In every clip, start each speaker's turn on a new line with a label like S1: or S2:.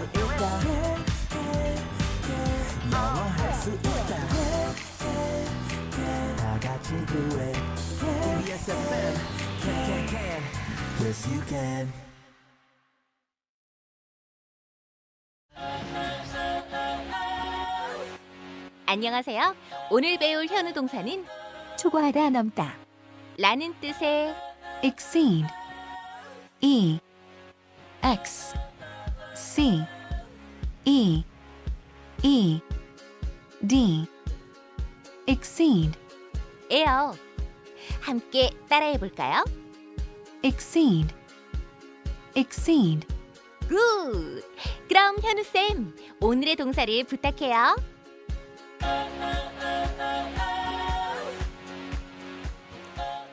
S1: 있다 영화할 수 있다 다 같이 do it KBS FM can can can yes you can
S2: 안녕하세요. 오늘 배울 현우 동사는
S3: 초과하다 넘다
S2: 라는 뜻의
S3: exceed e x c e e d exceed
S2: 에요. 함께 따라해 볼까요?
S3: exceed exceed
S2: 굿! 그럼 현우쌤, 오늘의 동사를 부탁해요.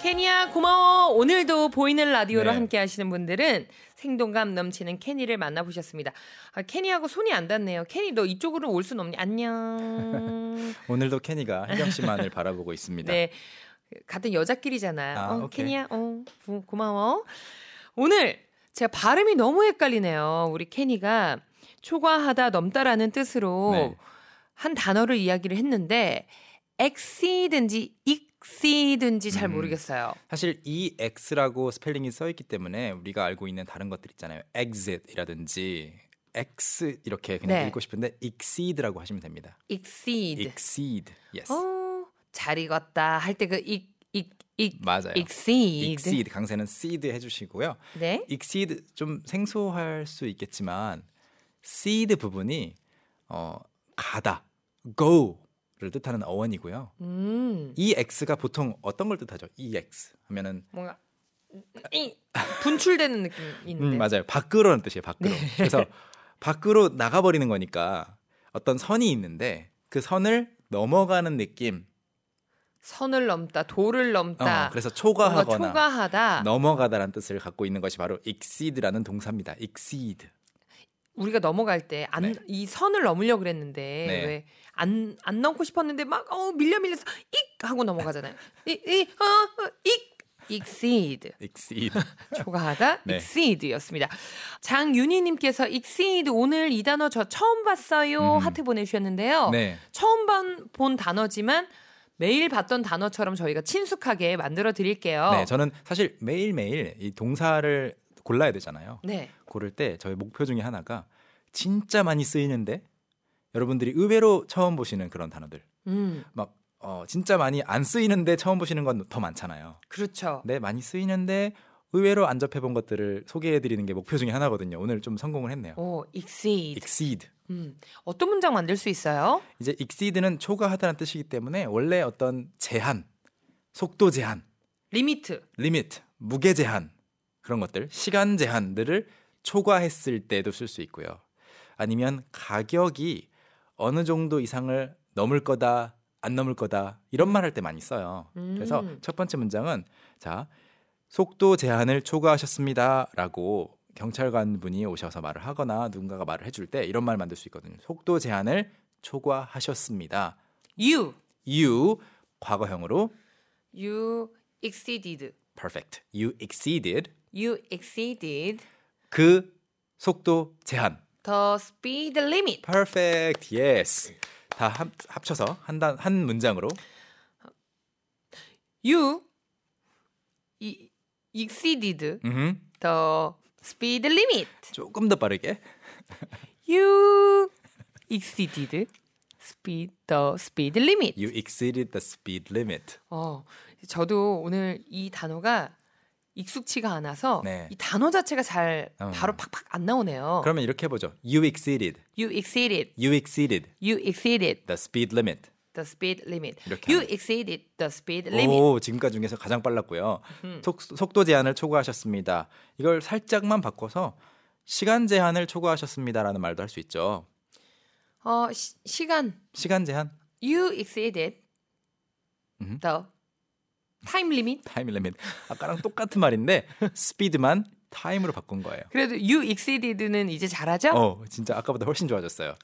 S4: 케니야 고마워. 오늘도 보이는 라디오로
S5: 네.
S4: 함께 하시는 분들은 생동감 넘치는 케니를 만나보셨습니다. 아, 케니하고 손이 안 닿네요. 케니 너 이쪽으로 올 순 없니? 안녕.
S5: 오늘도 케니가 혜경 씨만을 바라보고 있습니다.
S4: 네. 같은 여자끼리잖아요.
S5: 아,
S4: 어,
S5: 오케이.
S4: 케니야 어, 고- 고마워. 오늘 제가 발음이 너무 헷갈리네요. 우리 케니가 초과하다 넘다라는 뜻으로
S5: 네.
S4: 한 단어를 이야기를 했는데 exceed인지 exceed인지 잘
S5: 음.
S4: 모르겠어요.
S5: 사실 EX라고 스펠링이 써 있기 때문에 우리가 알고 있는 다른 것들 있잖아요. exit이라든지 X 이렇게 그냥
S4: 네.
S5: 읽고 싶은데 exceed라고 하시면 됩니다.
S4: exceed.
S5: exceed. yes.
S4: 어, 잘 익었다 할 때 그 익, 익, 익,
S5: 맞아요.
S4: 익시드.
S5: exceed 강세는 seed 해 주시고요.
S4: 네.
S5: exceed 좀 생소할 수 있겠지만 seed 부분이 어 가다 go를 뜻하는 어원이고요.
S4: 음.
S5: ex가 보통 어떤 걸 뜻하죠? ex 하면은
S4: 뭔가 이- 분출되는 느낌이 있는데.
S5: 음, 맞아요. 밖으로는 뜻이에요. 밖으로. 그래서 밖으로 나가버리는 거니까 어떤 선이 있는데 그 선을 넘어가는 느낌.
S4: 선을 넘다, 도를
S5: 어,
S4: 넘다.
S5: 그래서
S4: 뭔가
S5: 초과하거나
S4: 초과하다.
S5: 넘어가다라는 뜻을 갖고 있는 것이 바로 exceed라는 동사입니다. exceed.
S4: 우리가 넘어갈 때 안 이
S5: 네.
S4: 선을 넘으려 고 그랬는데
S5: 네.
S4: 왜 안 안 넘고 싶었는데 막 어 밀려 밀려서 익 하고 넘어가잖아요. 이이어익 익시드
S5: exceed.
S4: 초과하다
S5: 네.
S4: 익시드였습니다. 장윤희님께서 익시드 오늘 이 단어 저 처음 봤어요
S5: 음.
S4: 하트 보내주셨는데요.
S5: 네.
S4: 처음 본, 본 단어지만 매일 봤던 단어처럼 저희가 친숙하게 만들어 드릴게요.
S5: 네, 저는 사실 매일매일 이 동사를 골라야 되잖아요.
S4: 네.
S5: 고를 때 저의 목표 중에 하나가 진짜 많이 쓰이는데 여러분들이 의외로 처음 보시는 그런 단어들.
S4: 음
S5: 막 어, 진짜 많이 안 쓰이는데 처음 보시는 건 더 많잖아요.
S4: 그렇죠.
S5: 네, 많이 쓰이는데 의외로 안 접해본 것들을 소개해드리는 게 목표 중에 하나거든요. 오늘 좀 성공을 했네요.
S4: 오 익시드
S5: exceed.
S4: 음, 어떤 문장 만들 수 있어요?
S5: 이제 exceed는 초과하다는 뜻이기 때문에 원래 어떤 제한, 속도 제한,
S4: 리미트.
S5: limit, 무게 제한 그런 것들, 시간 제한들을 초과했을 때도 쓸 수 있고요. 아니면 가격이 어느 정도 이상을 넘을 거다, 안 넘을 거다 이런 말 할 때 많이 써요. 그래서
S4: 음.
S5: 첫 번째 문장은 자 속도 제한을 초과하셨습니다라고 경찰관 분이 오셔서 말을 하거나 누군가가 말을 해줄 때 이런 말 만들 수 있거든요. 속도 제한을 초과하셨습니다.
S4: You
S5: You 과거형으로
S4: you exceeded.
S5: perfect. You exceeded
S4: You exceeded
S5: 그 속도 제한.
S4: the speed limit.
S5: Perfect. Yes. 다 합, 합쳐서 한단 한 문장으로
S4: You e- exceeded
S5: 음흠.
S4: the speed limit.
S5: 조금 더 빠르게
S4: You E exceeded speed the speed limit.
S5: You exceeded the speed limit.
S4: 어, 저도 오늘 이 단어가 익숙치가 않아서
S5: 네.
S4: 이 단어 자체가 잘
S5: 어.
S4: 바로 팍팍 안 나오네요.
S5: 그러면 이렇게 해보죠. You exceeded.
S4: You exceeded.
S5: You exceeded
S4: You exceeded
S5: the speed limit.
S4: the speed limit.
S5: 이렇게
S4: You
S5: 하면.
S4: exceeded the speed limit.
S5: 오, 지금까지 중에서 가장 빨랐고요. 속, 속도 제한을 초과하셨습니다. 이걸 살짝만 바꿔서 시간 제한을 초과하셨습니다라는 말도 할 수 있죠.
S4: 어, 시, 시간.
S5: 시간 제한,
S4: You exceeded
S5: 음.
S4: the time limit.
S5: 타임 리밋. 아까랑 똑같은 말인데 스피드만 타임으로 바꾼 거예요.
S4: 그래도 you exceeded는 이제 잘하죠?
S5: 어, 진짜 아까보다 훨씬 좋아졌어요.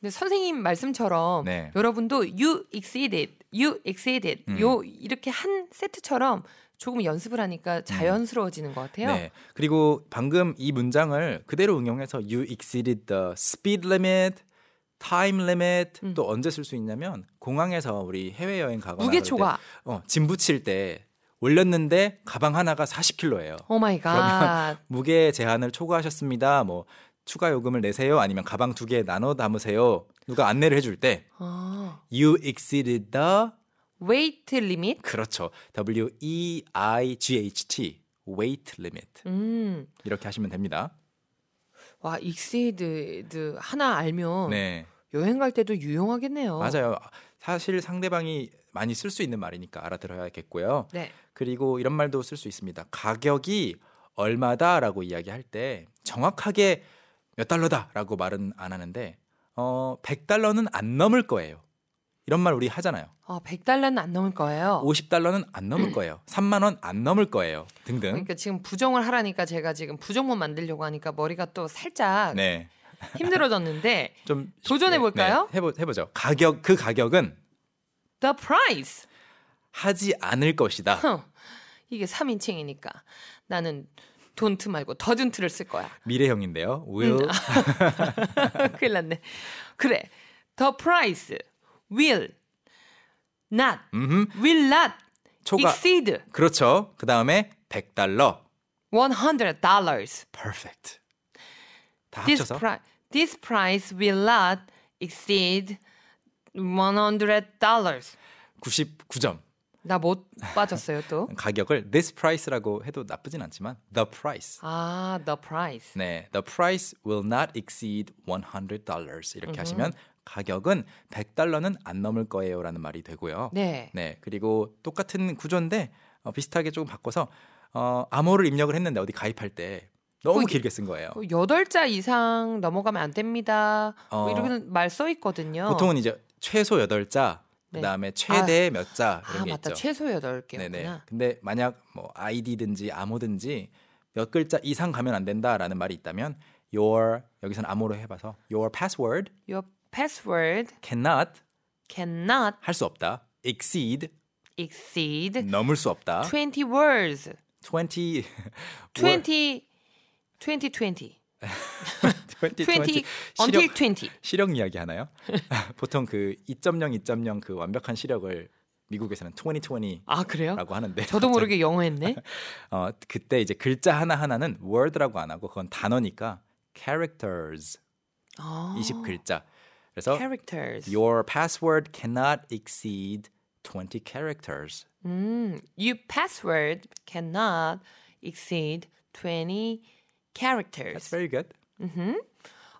S4: 근데 선생님 말씀처럼
S5: 네.
S4: 여러분도 you exceeded, you exceeded
S5: 음.
S4: 요 이렇게 한 세트처럼 조금 연습을 하니까 자연스러워지는 것 같아요.
S5: 음. 네. 그리고 방금 이 문장을 그대로 응용해서 you exceeded the speed limit, time limit
S4: 음.
S5: 또 언제 쓸 수 있냐면 공항에서 우리 해외 여행 가거나
S4: 무게
S5: 그럴 때,
S4: 초과.
S5: 어, 짐 붙일 때 올렸는데 가방 하나가 40kg예요.
S4: 오 마이 갓.
S5: 무게 제한을 초과하셨습니다. 뭐 추가 요금을 내세요. 아니면 가방 두 개 나눠 담으세요. 누가 안내를 해줄 때
S4: 아,
S5: you exceeded the
S4: weight limit.
S5: 그렇죠. W E I G H T weight limit
S4: 음.
S5: 이렇게 하시면 됩니다.
S4: 와, exceed 하나 알면
S5: 네.
S4: 여행 갈 때도 유용하겠네요.
S5: 맞아요. 사실 상대방이 많이 쓸 수 있는 말이니까 알아들어야겠고요.
S4: 네.
S5: 그리고 이런 말도 쓸 수 있습니다. 가격이 얼마다라고 이야기할 때 정확하게 몇 달러다라고 말은 안 하는데 어 100달러는 안 넘을 거예요. 이런 말 우리 하잖아요.
S4: 아, 100달러는 안 넘을 거예요.
S5: 50달러는 안 넘을 거예요. 3만 원 안 넘을 거예요. 등등.
S4: 그러니까 지금 부정을 하라니까 제가 지금 부정문 만들려고 하니까 머리가 또 살짝
S5: 네.
S4: 힘들어졌는데
S5: 좀 쉽게,
S4: 도전해 볼까요?
S5: 네, 해보 해보죠. 가격 그 가격은
S4: the price.
S5: 하지 않을 것이다.
S4: 흥, 어, 이게 3인칭이니까 나는 돈트 말고 더든트를 쓸 거야.
S5: 미래형인데요.
S4: 음,
S5: will
S4: 아,
S5: 어.
S4: 큰일 났네. 그래. the price will not
S5: 음흠.
S4: will not
S5: 초과.
S4: exceed
S5: 그렇죠. 그 다음에 100달러.
S4: 100 dollars.
S5: perfect. 다
S4: This
S5: 합쳐서
S4: price this price will not exceed 100 dollars.
S5: 99점.
S4: 나 못 빠졌어요, 또.
S5: 가격을 this price라고 해도 나쁘진 않지만 the price.
S4: 아, the price.
S5: 네, the price will not exceed 100 dollars 이렇게 하시면 가격은 100달러는 안 넘을 거예요라는 말이 되고요.
S4: 네.
S5: 네, 그리고 똑같은 구조인데 어, 비슷하게 조금 바꿔서 어, 암호를 입력을 했는데 어디 가입할 때 너무
S4: 어,
S5: 길게 쓴 거예요.
S4: 뭐 여덟 자 이상 넘어가면 안 됩니다. 뭐
S5: 어.
S4: 이런 말 써 있거든요.
S5: 보통은 이제 최소 8자,
S4: 네.
S5: 그다음에 최대 몇 자 이런
S4: 아
S5: 게
S4: 맞다
S5: 있죠.
S4: 최소 여덟
S5: 네네.
S4: 개구나.
S5: 근데 만약 뭐 아이디든지 암호든지 몇 글자 이상 가면 안 된다라는 말이 있다면 your 여기선 암호로 해봐서 your password
S4: Your password
S5: cannot
S4: cannot
S5: 할 수 없다 exceed
S4: exceed
S5: 넘을 수 없다
S4: 20 words.
S5: 20
S4: 20 20 20
S5: 20
S4: 20
S5: 시력
S4: until 20.
S5: 시력 이야기 하나요? 보통 그 2.0 2.0 그 완벽한 시력을 미국에서는 2020라고
S4: 아 그래요?
S5: 하는데
S4: 저도
S5: 갑자기
S4: 모르게 영어했네.
S5: 어, 그때 이제 글자 하나 하나는 word라고 안 하고 그건 단어니까 characters
S4: 아,
S5: 20 글자. 그래서
S4: characters.
S5: your password cannot exceed 20 characters.
S4: 음, your password cannot exceed 20
S5: That's
S4: characters.
S5: very good.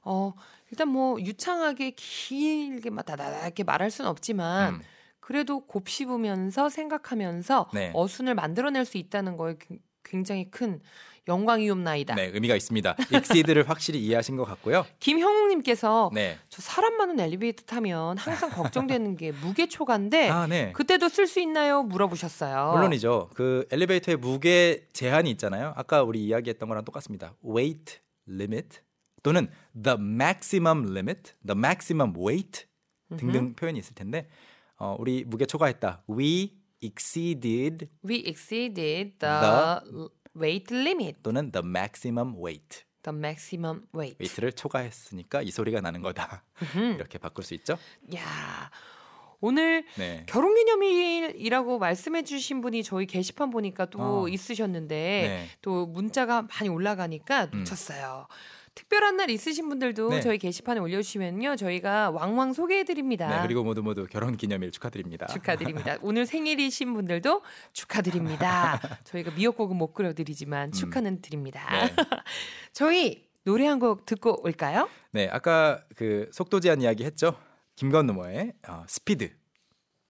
S4: 어, 일단 뭐 유창하게 길게 막 다다다 이렇게 말할 수는 없지만
S5: 음.
S4: 그래도 곱씹으면서 생각하면서
S5: 네.
S4: 어순을 만들어낼 수 있다는 거에 굉- 굉장히 큰 영광이옵나이다.
S5: 네, 의미가 있습니다. exceed를 확실히 이해하신 것 같고요.
S4: 김형욱님께서
S5: 네.
S4: 저 사람 많은 엘리베이터 타면 항상 걱정되는 게 무게 초과인데
S5: 아, 네.
S4: 그때도 쓸 수 있나요? 물어보셨어요.
S5: 물론이죠. 그 엘리베이터에 무게 제한이 있잖아요. 아까 우리 이야기했던 거랑 똑같습니다. weight limit 또는 the maximum limit, the maximum weight 등등 표현이 있을 텐데 어, 우리 무게 초과했다. We exceeded
S4: We exceeded the,
S5: The-
S4: weight limit,
S5: 또는 the maximum weight.
S4: the maximum weight.
S5: 웨이트를 초과했으니까 이 소리가 나는 거다. 이렇게 바꿀 수 있죠?
S4: 야 오늘
S5: 네.
S4: 결혼기념일이라고 말씀해주신 분이 저희 게시판 보니까 또
S5: 어.
S4: 있으셨는데
S5: 네. 음.
S4: 또 문자가 많이 올라가니까 놓쳤어요. 특별한 날 있으신 분들도
S5: 네.
S4: 저희 게시판에 올려주시면요 저희가 왕왕 소개해드립니다.
S5: 네, 그리고 모두 모두 결혼 기념일 축하드립니다.
S4: 축하드립니다. 오늘 생일이신 분들도 축하드립니다. 저희가 미역국은 못 끓여드리지만 축하는 드립니다.
S5: 네.
S4: 저희 노래 한 곡 듣고 올까요?
S5: 네, 아까 그 속도 제한 이야기 했죠? 김건모의 어, 스피드